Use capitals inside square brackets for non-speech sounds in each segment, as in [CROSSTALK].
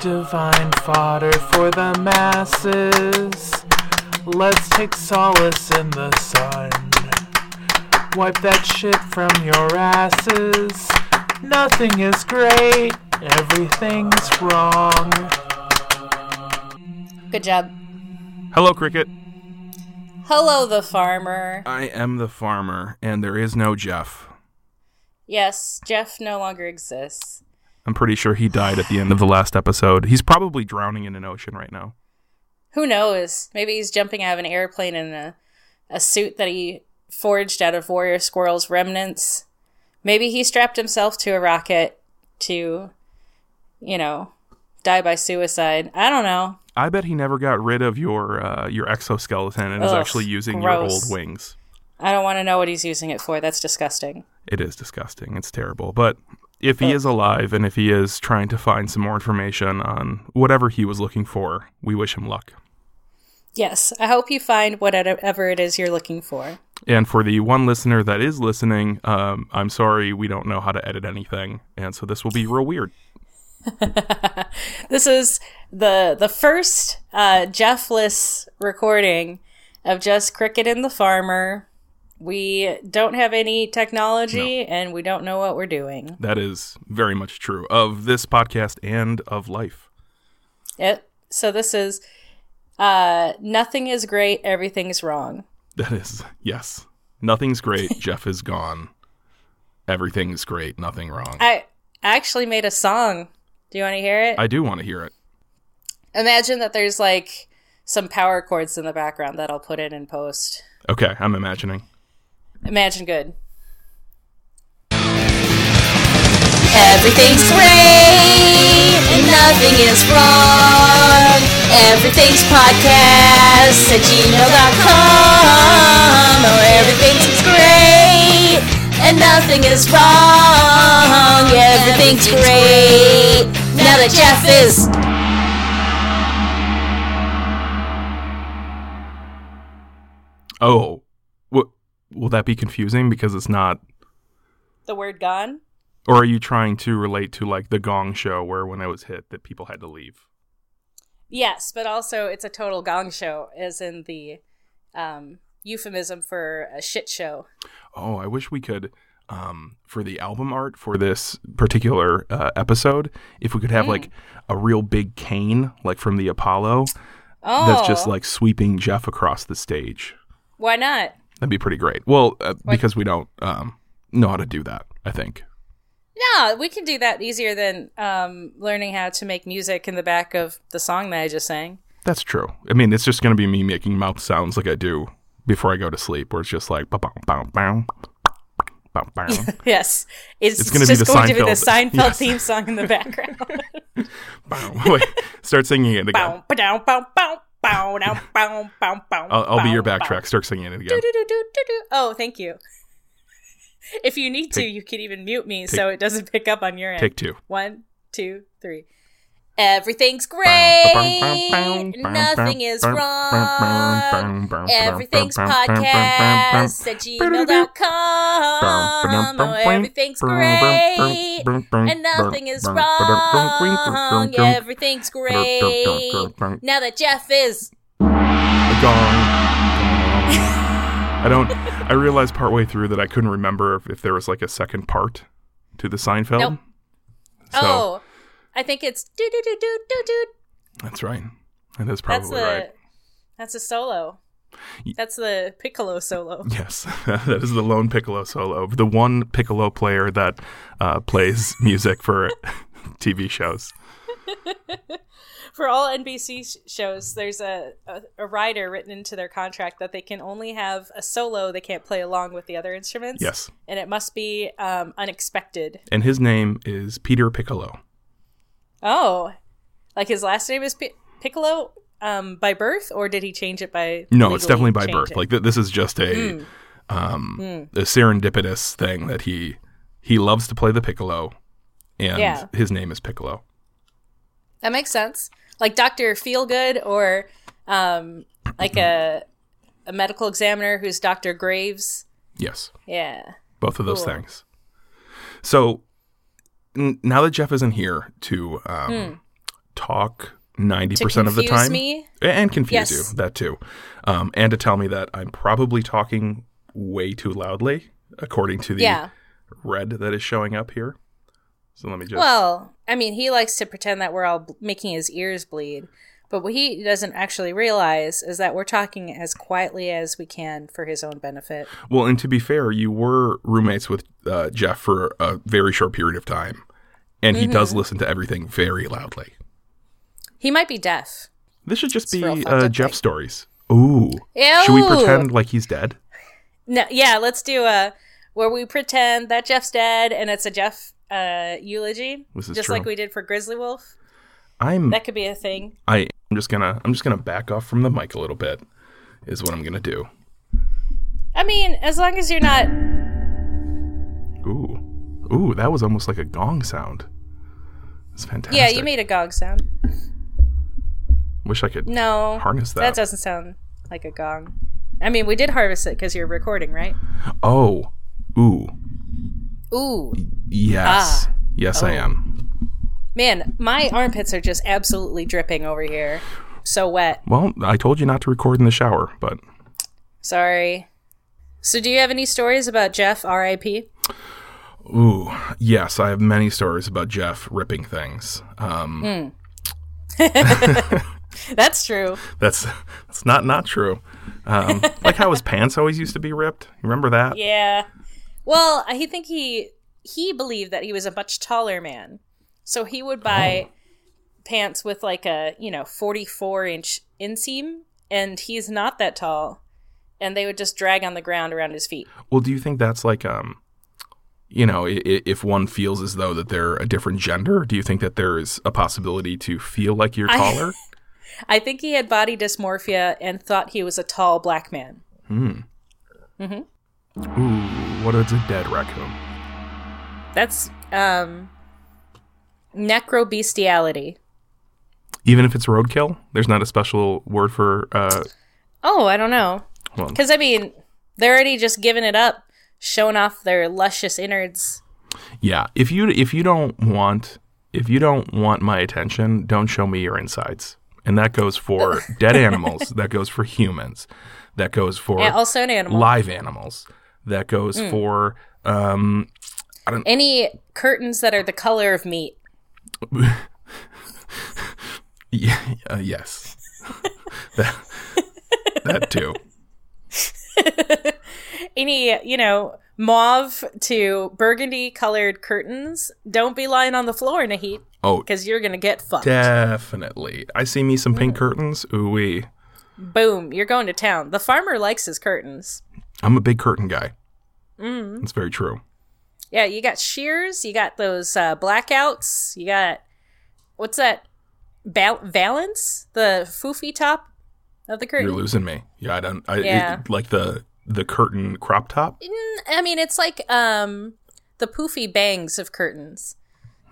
Divine fodder for the masses. Let's take solace in the sun. Wipe that shit from your asses. Nothing is great, everything's wrong. Good job. Hello, Cricket. Hello, the farmer. I am the farmer, and there is no Jeff. Yes, Jeff no longer exists. I'm pretty sure he died at the end of the last episode. He's probably drowning in an ocean right now. Who knows? Maybe he's jumping out of an airplane in a, a suit that he forged out of Warrior Squirrel's remnants. Maybe he strapped himself to a rocket to, you know, die by suicide. I don't know. I bet he never got rid of your uh, your exoskeleton and is Ugh, actually using your gross. old wings. I don't want to know what he's using it for. That's disgusting. It is disgusting. It's terrible. But if he is alive and if he is trying to find some more information on whatever he was looking for, we wish him luck. Yes, I hope you find whatever it is you're looking for. And for the one listener that is listening, um, I'm sorry we don't know how to edit anything, and so this will be real weird. This is the the first uh, Jeffless recording of just Cricket and the Farmer. We don't have any technology, and we don't know what we're doing. That is very much true of this podcast and of life. It, so this is uh, nothing is great, everything's wrong. That is yes. Nothing's great. Jeff is gone. Everything's great. Nothing wrong. I, I actually made a song. Do you want to hear it? do want to hear it. Imagine that there's like some power chords in the background that I'll put in in post. Okay, I'm imagining. Imagine good. Everything's great and nothing is wrong. Everything's podcast at gmail.com. Or Oh, everything's great and nothing is wrong. Everything's great now that Jeff is. Oh, w- will that be confusing because it's not? The word gone? Or are you trying to relate to like the Gong Show, where when it was hit, that people had to leave? Yes, but also it's a total gong show, as in the um, euphemism for a shit show. Oh, I wish we could. Um, for the album art for this particular uh, episode, if we could have like a real big cane, like from the Apollo, Oh, that's just like sweeping Jeff across the stage. why not? That'd be pretty great. Well, uh, because we don't um, know how to do that, I think. No, we can do that easier than um, learning how to make music in the back of the song that I just sang. That's true. I mean, it's just going to be me making mouth sounds like I do before I go to sleep, where it's just like, bow, bow, bow, bow, bow. Yes, it's, It's gonna be just the going to be the Seinfeld. Seinfeld Yes. theme song in the background. bow. Wait, start singing it again. bow, ba-dow, bow, bow, bow, dow, bow, bow, bow, I'll, I'll be your bow, backtrack. Start singing it bow. again. Do-do-do-do-do-do. Oh, thank you. If you need to, you can even mute me so it doesn't pick up on your end. Take two. One, two, three. Everything's Bow, great. bow, bow, bow, Nothing bow, is bow, wrong. bow, bow, bow, Everything's bow, bow, bow, bow, bow, podcast bow, at gmail.com. Oh, everything's great. And nothing is wrong. Everything's great. Now that Jeff is. A gong. I don't. I realized partway through that I couldn't remember if, if there was like a second part to the Seinfeld. Nope. So, Oh, I think it's. do do do do do do. That's right. That is That's probably the. right. That's a solo. That's the piccolo solo. Yes, that is the lone piccolo solo, the one piccolo player that uh, plays music for TV shows. for all NBC sh- shows, there's a, a a rider written into their contract that they can only have a solo. They can't play along with the other instruments. Yes, and it must be um, unexpected. and his name is Peter Piccolo. Oh, like his last name is Pi Piccolo um, by birth, or did he change it by? No, it's legally definitely by change birth. it? Hmm. Like th- this is just a um, a serendipitous thing that he he loves to play the piccolo, and Yeah. his name is Piccolo. that makes sense. Like Doctor Feelgood, or um, like a a medical examiner who's Doctor Graves. Yes, Yeah. both of those Cool. things. So n- now that Jeff isn't here to um, talk 90% Hmm. to of the confuse time me. and confuse Yes. you that too um, and to tell me that i'm probably talking way too loudly according to the Yeah. red that is showing up here so let me just Well, I mean, he likes to pretend that we're all bl- making his ears bleed, but what he doesn't actually realize is that we're talking as quietly as we can for his own benefit. well and to be fair you were roommates with uh, jeff for a very short period of time and he Mm-hmm. does listen to everything very loudly He might be deaf. this should just It's real be fucked up, uh, like- jeff stories ooh should we Ew. pretend like he's dead No, yeah, let's do a where we pretend that Jeff's dead and it's a Jeff uh, eulogy, This is just true. Hmm. like we did for Grizzly Wolf. i'm That could be a thing. I, i'm just gonna i'm just gonna back off from the mic a little bit is what i'm gonna do I mean, as long as you're not Ooh. Ooh, that was almost like a gong sound. It's fantastic. Yeah, you made a gong sound. Wish I could. No. Harness that. That doesn't sound like a gong. I mean, we did harvest it because you're recording, right? Oh. Ooh. Ooh. Yes. Ah. Yes, Oh. I am. Man, my armpits are just absolutely dripping over here. So wet. Well, I told you not to record in the shower, but Sorry. So, do you have any stories about Jeff, RIP? ooh, yes, I have many stories about Jeff ripping things. Um, That's true. that's [LAUGHS] that's not not true. [LAUGHS] Um, like how his pants always used to be ripped. You Remember that? Yeah. Well, I think he he believed that he was a much taller man, so he would buy pants with like a you know forty four inch inseam, and he's not that tall, and they would just drag on the ground around his feet. Well, do you think that's like um, you know, i- i- if one feels as though that they're a different gender, do you think that there is a possibility to feel like you're I- [LAUGHS] taller? I think he had body dysmorphia and thought he was a tall black man. Ooh, what is a dead raccoon? That's um necrobestiality. Even if it's roadkill, there's not a special word for. Uh, Oh, I don't know. well, Because I mean, they're already just giving it up, showing off their luscious innards. yeah. If you if you don't want if you don't want my attention, don't show me your insides. And that goes for dead animals. That goes for humans. That goes for And also an animal. live animals. That goes for um, [LAUGHS] Any curtains that are the color of meat. Yeah, uh, yes. that, that too. Any, you know, mauve to burgundy colored curtains. Don't be lying on the floor in a heat Oh, because you're going to get fucked. definitely. I see me some pink curtains. Ooh wee. Boom, you're going to town. The farmer likes his curtains. I'm a big curtain guy. Mm. That's very true. Yeah, you got shears, you got those uh, blackouts, you got what's that? Val- valance, the foofy top of the You're curtain. losing me. Yeah, I don't. I it- Yeah. like the the curtain crop top. Mm, I mean, it's like um the poofy bangs of curtains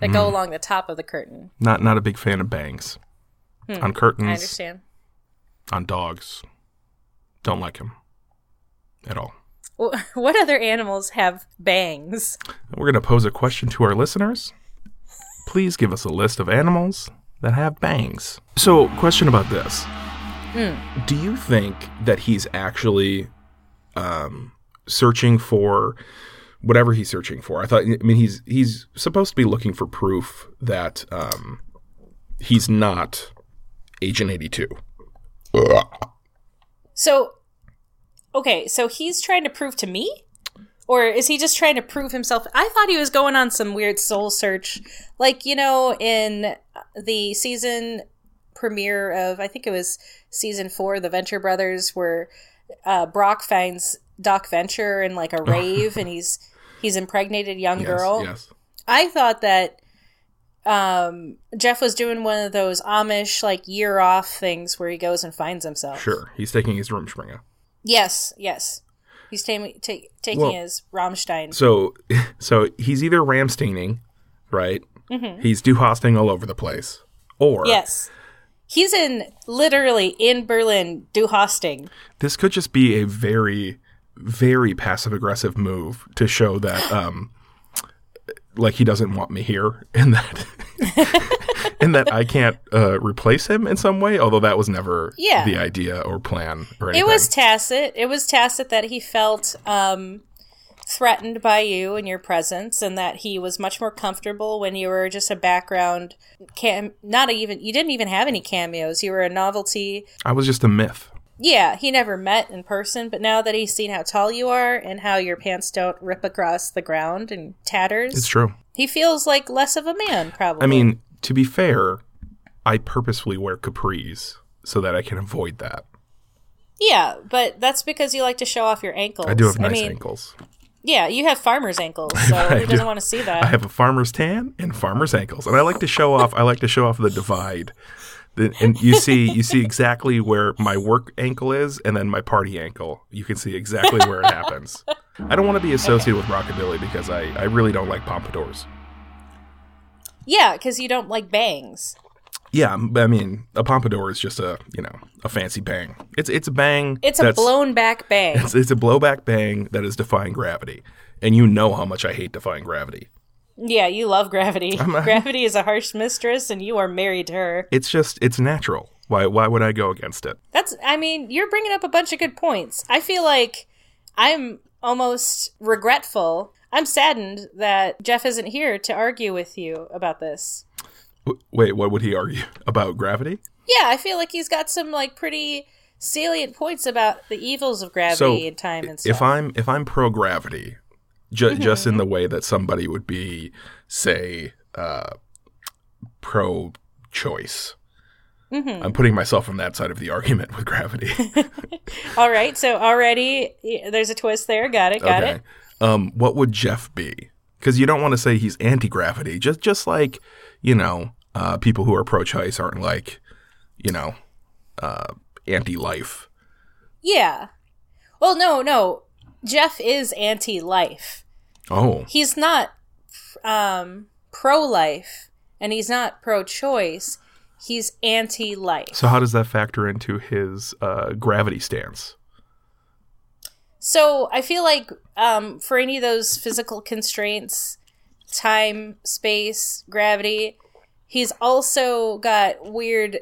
that go along the top of the curtain. Not not a big fan of bangs on Hmm. I curtains understand. on dogs. Don't like them at all. Wh- [LAUGHS] What other animals have bangs? We're going to pose a question to our listeners. Please give us a list of animals that have bangs. So, question about this. Do you think that he's actually um, searching for whatever he's searching for? I thought I mean he's he's supposed to be looking for proof that um, he's not agent 82. So, okay, so he's trying to prove to me, or is he just trying to prove himself? I thought he was going on some weird soul search, like you know, in the season premiere of I think it was season four, the Venture Brothers, where uh, Brock finds Doc Venture in like a rave, and he's he's impregnated young girl. Oh. Yes. I thought that um, Jeff was doing one of those Amish like year off things where he goes and finds himself. Sure. He's taking his room springer. Yes, yes. He's tam- ta- taking Well- his Rammstein. So, [LAUGHS] so he's either Ramsteining, right? He's Duhosting all over the place, or Mm-hmm. yes. He's in literally in Berlin do hosting. this could just be a very, very passive aggressive move to [GASPS] [LAUGHS] show [LAUGHS] that, um, like he doesn't want me here, and that, and and that I can't uh, replace him in some way, although that was never Yeah. the idea or plan or It anything. was tacit. It was tacit that he felt um, threatened by you and your presence, and that he was much more comfortable when you were just a background cam. Not even you didn't even have any cameos. You were a novelty. I was just a myth. Yeah, he never met in person, but now that he's seen how tall you are and how your pants don't rip across the ground in tatters, It's true. he feels like less of a man. Probably. I mean, to be fair, I purposefully wear capris so that I can avoid that. yeah, but that's because you like to show off your ankles. I do have nice mean, ankles. Yeah, you have farmer's [LAUGHS] ankles, so I who doesn't do. want to see that? I have a farmer's tan and farmer's ankles, and I like to show off. I like to show off the divide. The- And you see, you see exactly where my work ankle is, and then my party ankle. You can see exactly [LAUGHS] where it happens. I don't want to be associated with rockabilly because I, I really don't like pompadours. Yeah, because you don't like bangs. Yeah, m- I mean, a pompadour is just a you know a fancy bang. It's it's a bang. It's a that's- blown back bang. [LAUGHS] It's, it's a blowback bang that is defying gravity, and you know how much I hate defying gravity. yeah, you love gravity. a- gravity is a harsh mistress, and you are married to her. It's just it's natural. Why why would I go against it? That's, I mean, you're bringing up a bunch of good points. I feel like I'm almost regretful. I'm saddened that Jeff isn't here to argue with you about this. W- Wait, what would he argue [LAUGHS] about gravity? Yeah, I feel like he's got some, like, pretty salient points about the evils of gravity and time and stuff. Mm-hmm, If I'm if I'm pro gravity, ju- just in the way that somebody would be, say, uh, pro choice. Mm-hmm. I'm putting myself on that side of the [LAUGHS] argument with gravity. All right, so already y- there's a twist there. Got it, [LAUGHS] got it. Um, what would Jeff be? Because you don't want to say he's anti gravity. Just just like you know, uh, people who are pro choice aren't like you know, uh, anti life. Yeah. Well, no, no. Jeff is anti-life. Oh, He's not um, pro-life, and he's not pro-choice. He's anti-life. so how does that factor into his uh, gravity stance? So I feel like um, for any of those physical constraints, time, space, gravity, he's also got weird.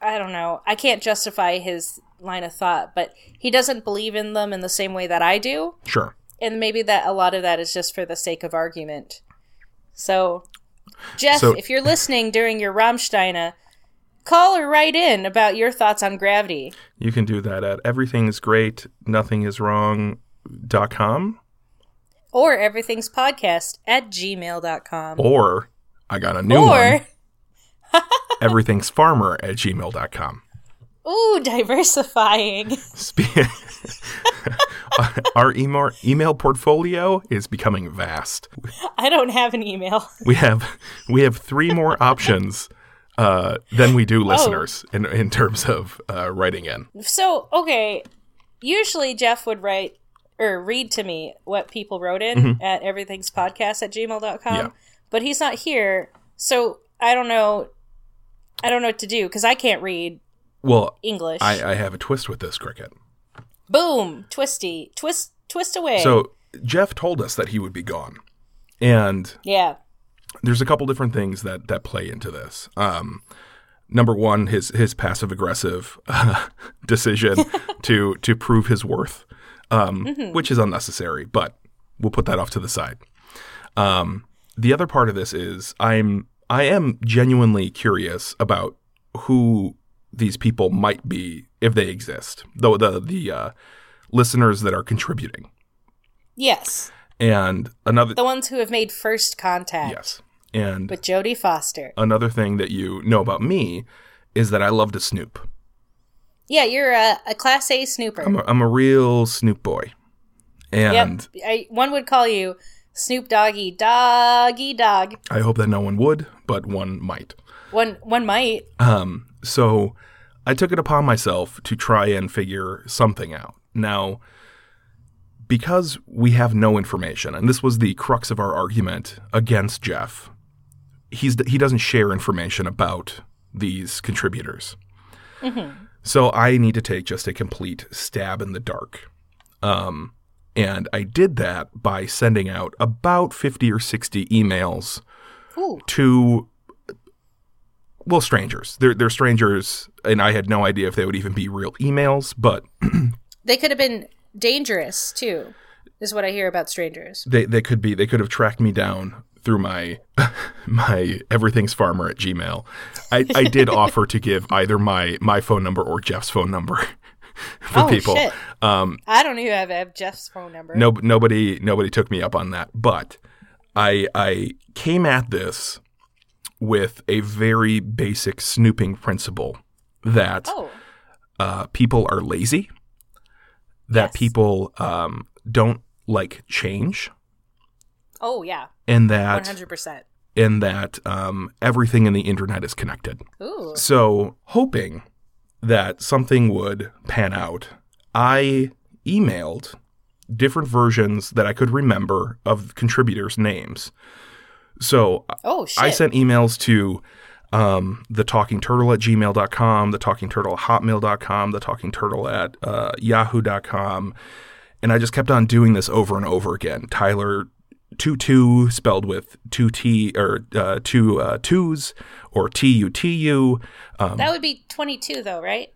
I don't know. I can't justify his line of thought, but he doesn't believe in them in the same way that I do. Sure. and maybe that a lot of that is just for the sake of argument. So, Jeff, So- if you're listening during your Rammsteiner, call or write in about your thoughts on gravity. You can do that at everything's great, nothing is wrong dot com Or everything's podcast at gmail.com. or I got a new one, [LAUGHS] Or, everything's farmer at gmail.com. ooh, diversifying. [LAUGHS] Spe- [LAUGHS] Our email, email portfolio is becoming vast. I don't have an email. We have we have three more options uh, than we do listeners in, in terms of uh, writing in. So, okay, usually Jeff would write or read to me what people wrote in at everything's podcast at gmail.com, Mm-hmm. Yeah. but he's not here. So I don't know. I don't know what to do because I can't read Well, English. I, uh, I have a twist with this cricket. Boom, twisty, twist, twist away. So Jeff told us that he would be gone, and yeah, there's a couple different things that that play into this. Um, number one, his his passive aggressive [LAUGHS] decision to to prove his worth, um, which is unnecessary, but we'll put that off to the side. Um, the other part of this is I'm I am genuinely curious about who these people might be if they exist, though the the uh, listeners that are contributing yes, and another the ones who have made first contact yes and with Jodie Foster. another thing that you know about me is that I love to snoop. yeah, you're a, a class A snooper. I'm a, I'm a real snoop boy. And yep, I, one would call you Snoop Doggy, Doggy Dog. I hope that no one would, but one might. One, one might. Um, so I took it upon myself to try and figure something out. Now, because we have no information, and this was the crux of our argument against Jeff, he's he doesn't share information about these contributors. So I need to take just a complete stab in the dark. Um, and I did that by sending out about 50 or 60 emails Ooh. to well, strangers. They're they're strangers, and I had no idea if they would even be real emails, but They could have been dangerous too, is what I hear about strangers. they they could be they could have tracked me down through my [LAUGHS] my everything's farmer at gmail i [LAUGHS] i did offer to give either my my phone number or jeff's phone number [LAUGHS] [LAUGHS] for Oh, people shit. um I don't even have, have Jeff's phone number. no nobody nobody took me up on that but i i came at this with a very basic snooping principle that Oh, uh, people are lazy, that Yes. people um, don't like change, oh yeah, and that one hundred percent. and that um, everything in the internet is connected. Ooh, So, hoping that something would pan out, I emailed different versions that I could remember of contributors' names. So, oh shit. I sent emails to um, the talking turtle at gmail.com, the talking turtle at hotmail.com, the talking turtle at uh, yahoo.com. And I just kept on doing this over and over again. Tyler two two spelled with two T or uh, two uh, twos or T U T U. Um, that would be twenty two though, right?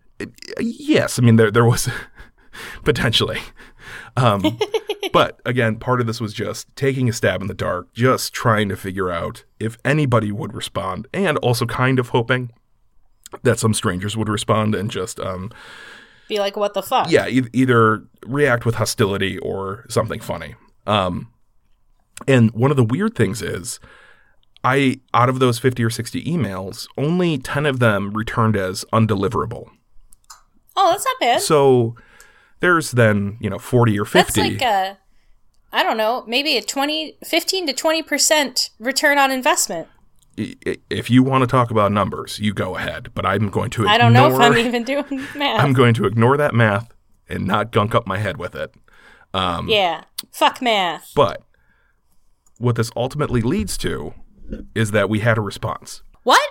yes, I mean there there was [LAUGHS] potentially. Um, but again, part of this was just taking a stab in the dark, just trying to figure out if anybody would respond, and also kind of hoping that some strangers would respond and just um, Be like, what the fuck? yeah, e- either react with hostility or something funny. Um, and one of the weird things is, I out of those fifty or sixty emails, only ten of them returned as undeliverable. Oh, that's not bad. So there's then, you know, 40 or 50. That's like a, I don't know, maybe a 20, 15 to 20% return on investment. I- i- if you want to talk about numbers, you go ahead, but I'm going to ignore I don't know if I'm [LAUGHS] even doing math. I'm going to ignore that math and not gunk up my head with it. Um, yeah. Fuck math. But what this ultimately leads to is that we had a response. What?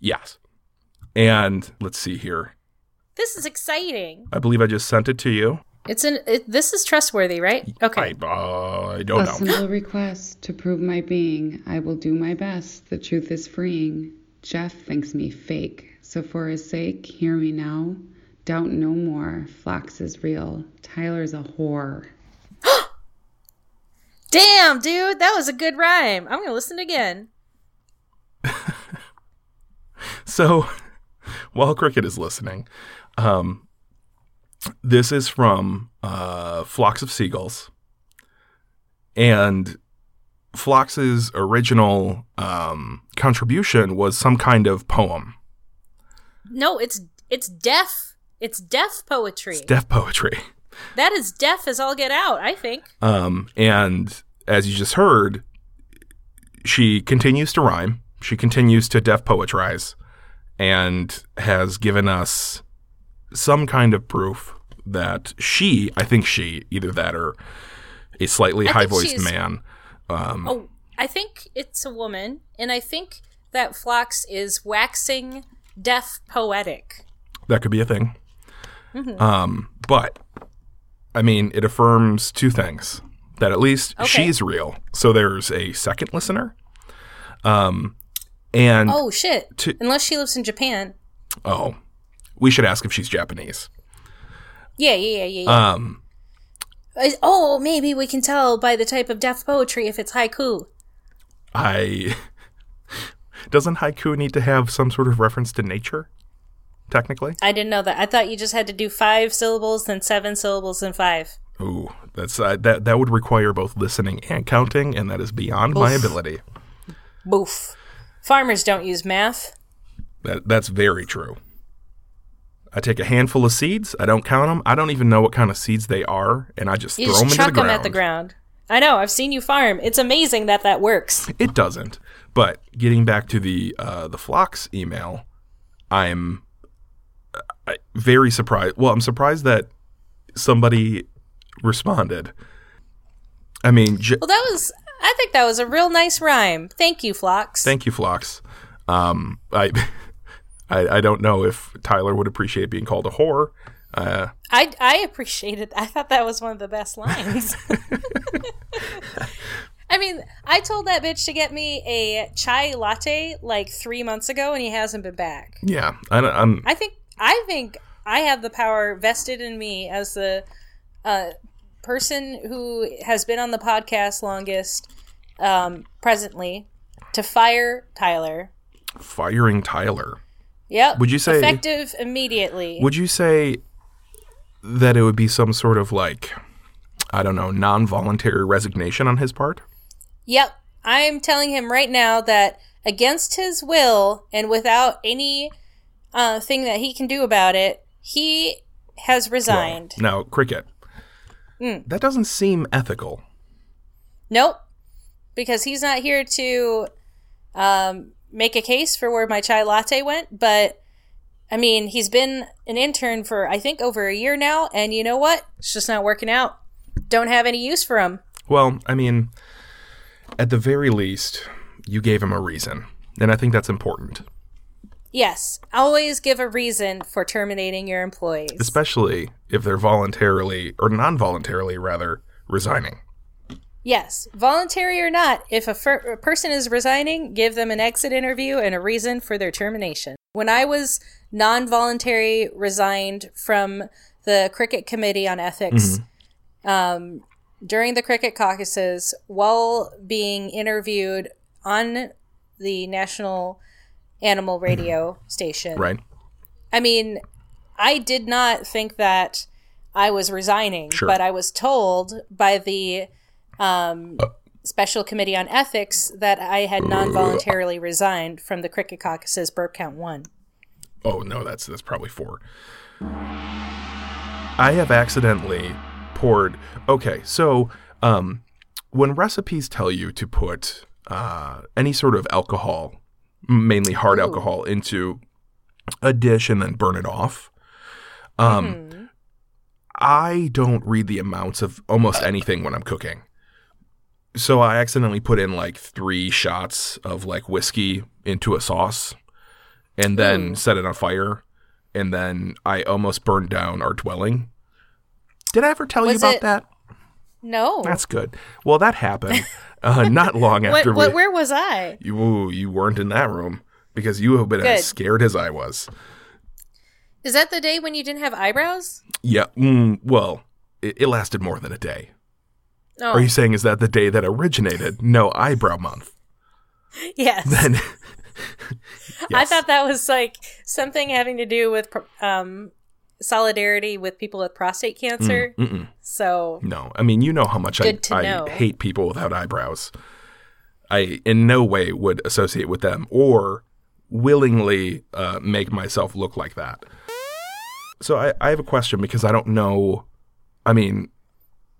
Yes. And let's see here. This is exciting. I believe I just sent it to you. It's an it, this is trustworthy, right? Okay. I, uh, I don't a know. simple request to prove my being. I will do my best. The truth is freeing. Jeff thinks me fake. So for his sake, hear me now. Doubt no more. Flox is real. Tyler's a whore. Damn, dude, that was a good rhyme. I'm going to listen again. So, [LAUGHS] while Cricket is listening, um, this is from uh, Flocks of Seagulls. And Flox's original um, contribution was some kind of poem, No, it's it's deaf. It's deaf poetry. it's deaf poetry. that is deaf as all get out, I think. Um, and as you just heard, she continues to rhyme. She continues to deaf poetrize and has given us some kind of proof that she, I think she, either that or a slightly I think high voiced she's- man. Um, Oh, I think it's a woman, and I think that Flox is waxing deaf poetic. That could be a thing. Mm-hmm. Um, but I mean, it affirms two things that at least Okay. she's real. So there's a second listener. Um, and Oh shit! to- Unless she lives in Japan. Oh, we should ask if she's Japanese. Yeah, yeah, yeah, yeah. yeah. Um, Is- oh, maybe we can tell by the type of deaf poetry if it's haiku. I [LAUGHS] doesn't haiku need to have some sort of reference to nature? Technically, I didn't know that. I thought you just had to do five syllables, then seven syllables, then five. ooh, that's uh, that that would require both listening and counting, and that is beyond my ability. Boof. Farmers don't use math. That that's very true. I take a handful of seeds. I don't count them. I don't even know what kind of seeds they are, and I just You throw just them into the chuck ground. them at the ground. I know. I've seen you farm. It's amazing that that works. It doesn't. But getting back to the uh, the Flocks email, I'm uh, I- very surprised. Well, I'm surprised that somebody responded. I mean, j- Well, that was. I think that was a real nice rhyme. Thank you, Flox. thank you, Flocks. Um, I, [LAUGHS] I I don't know if Tyler would appreciate being called a whore. Uh, I [LAUGHS] I appreciated. I thought that was one of the best lines. I mean, I told that bitch to get me a chai latte like three months ago, and he hasn't been back. Yeah, I, don't- I'm. I think I think I have the power vested in me as the uh, person who has been on the podcast longest, um, presently, to fire Tyler. firing Tyler. Yep. Would you say- effective immediately? Would you say that it would be some sort of like, I don't know, non voluntary resignation on his part? Yep. I'm telling him right now that against his will and without any uh, thing that he can do about it, he has resigned. No, cricket. That doesn't seem ethical. Nope. Because he's not here to um, make a case for where my chai latte went. But I mean, he's been an intern for, I think, over a year now. And you know what? It's just not working out. Don't have any use for him. Well, I mean, at the very least, you gave him a reason. And I think that's important, Yes. Always give a reason for terminating your employees. especially if they're voluntarily or non voluntarily, rather, resigning. Yes, voluntary or not, if a, fir- a person is resigning, give them an exit interview and a reason for their termination. When I was non voluntary resigned from the Cricket Committee on Ethics um, during the Cricket caucuses while being interviewed on the National Animal Radio station, Right? I mean, I did not think that I was resigning, Sure. but I was told by the um, Uh, Special Committee on Ethics that I had non voluntarily resigned from the Cricket Caucus's Burp Count 1. Oh no, that's that's probably four. I have accidentally poured. Okay, so um, when recipes tell you to put uh, any sort of alcohol, mainly hard alcohol, into a dish and then burn it off, um, Mm-hmm. I don't read the amounts of almost anything when I'm cooking. So I accidentally put in like three shots of like whiskey into a sauce and then Mm. set it on fire. And then I almost burned down our dwelling. Did I ever tell you Was about it- that? No. That's good. Well, that happened [LAUGHS] uh, not long what, after what, we. where was I? You, ooh, you weren't in that room because you have been Good. as scared as I was. Is that the day when you didn't have eyebrows? Yeah. Mm, well, it, it lasted more than a day. Oh, Are you saying is that the day that originated no eyebrow month? [LAUGHS] [LAUGHS] yes. Then I Yes. thought that was like something having to do with pro- um, solidarity with people with prostate cancer. mm-mm. So no, I mean you know how much I, Good to know. I hate people without eyebrows. I in no way would associate with them or willingly uh, make myself look like that. So I, I have a question because I don't know. I mean,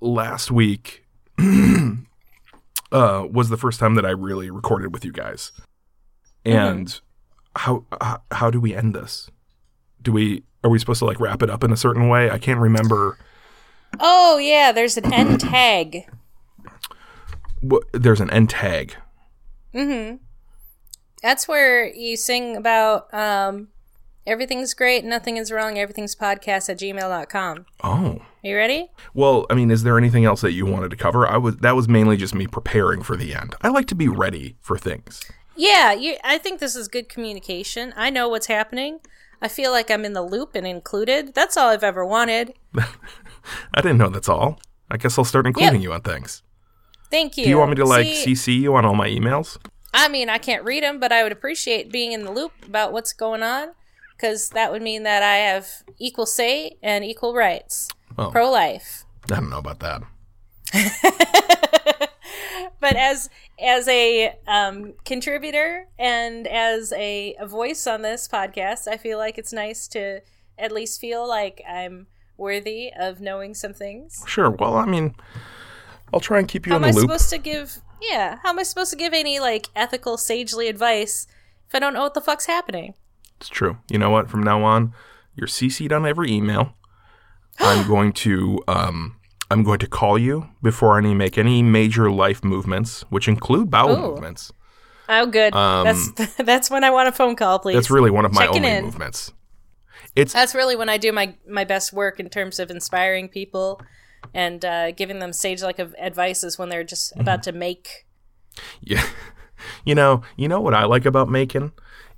last week [CLEARS THROAT] uh, was the first time that I really recorded with you guys, Mm-hmm. and how, how how do we end this? Do we are we supposed to like wrap it up in a certain way? I can't remember. Oh yeah, there's an end tag. Wha- There's an end tag. Mm-hmm. That's where you sing about um, everything's great, nothing is wrong, everything's podcast at gmail.com. Oh. Are you ready? Well, I mean, is there anything else that you wanted to cover? I was that was mainly just me preparing for the end. I like to be ready for things. Yeah, you, I think this is good communication. I know what's happening. I feel like I'm in the loop and included. That's all I've ever wanted. I didn't know that's all. I guess I'll start including you on things. Thank you. Do you want me to like See, CC you on all my emails? I mean, I can't read them, but I would appreciate being in the loop about what's going on because that would mean that I have equal say and equal rights. Oh. Pro life. I don't know about that. [LAUGHS] but as as a um, contributor and as a, a voice on this podcast, I feel like it's nice to at least feel like I'm worthy of knowing some things. Sure. Well, I mean, I'll try and keep you How in am the I loop. supposed to give? Yeah, how am I supposed to give any like ethical, sagely advice if I don't know what the fuck's happening? It's true. You know what? From now on, you're CC'd on every [GASPS] email. I'm going to um, I'm going to call you before any make any major life movements, which include bowel Ooh. movements. Oh, good. Um, that's [LAUGHS] that's when I want a phone call, please. That's really one of my Checking only in. Uh, movements. It's That's really when I do my my best work in terms of inspiring people and uh, giving them sage like advice is when they're just Mm-hmm. about to make. [LAUGHS] Yeah. You know, you know what I like about Macon?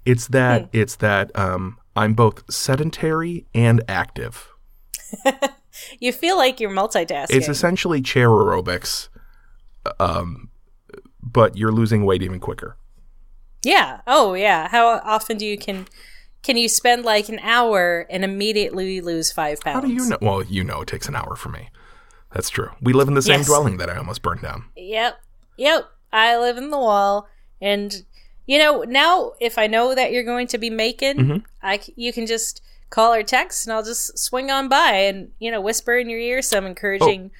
It's that Hmm. it's that um I'm both sedentary and active. You feel like you're multitasking. It's essentially chair aerobics. Um but you're losing weight even quicker. Yeah. Oh, yeah. How often do you can can you spend like an hour and immediately lose five pounds? How do you know? Well, you know it takes an hour for me. That's true. We live in the same Yes. dwelling that I almost burned down. Yep. Yep. I live in the wall and you know, now if I know that you're going to be making, Mm-hmm. I c- you can just call or text and I'll just swing on by and, you know, whisper in your ear some encouraging Oh.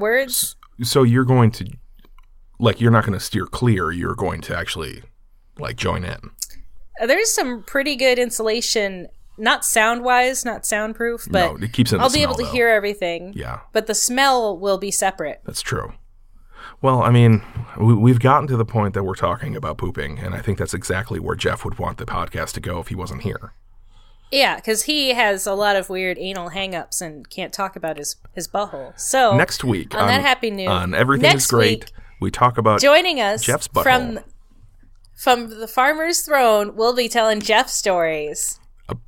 words. so you're going to like you're not going to steer clear you're going to actually like join in Uh, There's some pretty good insulation, not sound-wise, not soundproof, but no it keeps in the I'll be smell, able to though. hear everything. yeah But the smell will be separate. that's true well i mean we, we've gotten to the point that we're talking about pooping and i think that's exactly where jeff would want the podcast to go if he wasn't here Yeah, because he has a lot of weird anal hangups and can't talk about his his butthole. So next week Oh, on that happy note, on everything's next great week- we talk about joining us Jeff's butthole. from from the farmer's throne, we'll be telling Jeff stories,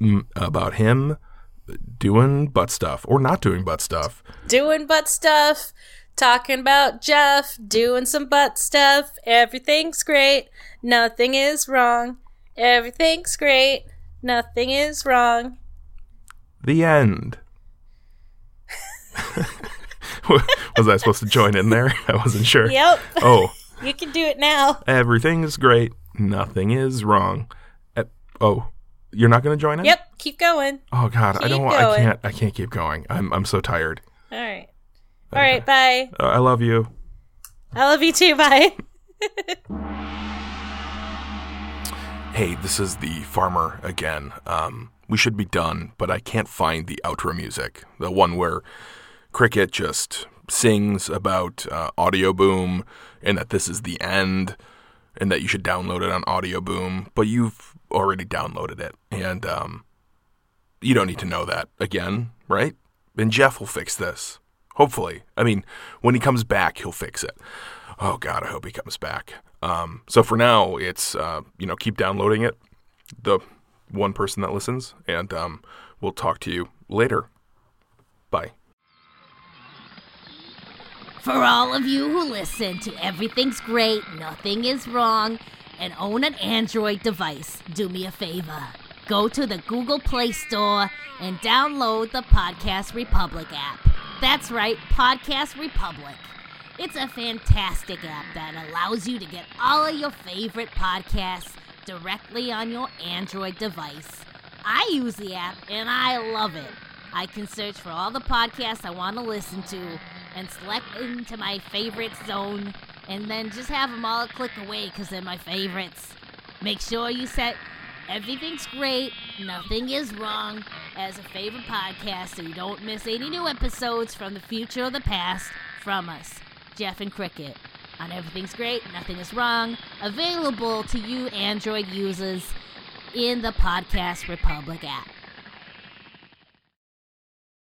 mm, about him doing butt stuff or not doing butt stuff doing butt stuff, talking about Jeff, doing some butt stuff. Everything's great, nothing is wrong. Everything's great, nothing is [LAUGHS] wrong. the end [LAUGHS] was i supposed to join in there i wasn't sure Yep, [LAUGHS] oh you can do it now. Everything is great. Nothing is wrong. Eh, Oh, you're not going to join it? Yep, keep going. Oh God, I Keep don't. want I going. can't. I can't keep going. I'm. I'm so tired. All right, all right, bye. Uh, I love you. I love you too. Bye. Hey, this is the farmer again. Um, we should be done, but I can't find the outro music. The one where Cricket just sings about uh, Audio Boom and that this is the end and that you should download it on Audio Boom, but you've already downloaded it. And um, you don't need to know that again, right? And Jeff will fix this. Hopefully. I mean, when he comes back, he'll fix it. Oh God, I hope he comes back. Um, so for now, it's uh, you know keep downloading it, the one person that listens, and um, we'll talk to you later. Bye. For all of you who listen to Everything's Great, Nothing Is Wrong, and own an Android device, do me a favor. Go to the Google Play Store and download the Podcast Republic app. That's right, Podcast Republic. It's a fantastic app that allows you to get all of your favorite podcasts directly on your Android device. I use the app and I love it. I can search for all the podcasts I want to listen to and select into my favorite zone and then just have them all click away because they're my favorites. Make sure you set Everything's Great, Nothing Is Wrong as a favorite podcast so you don't miss any new episodes from the future or the past from us, Jeff and Cricket. On Everything's Great, Nothing Is Wrong, available to you Android users in the Podcast Republic app.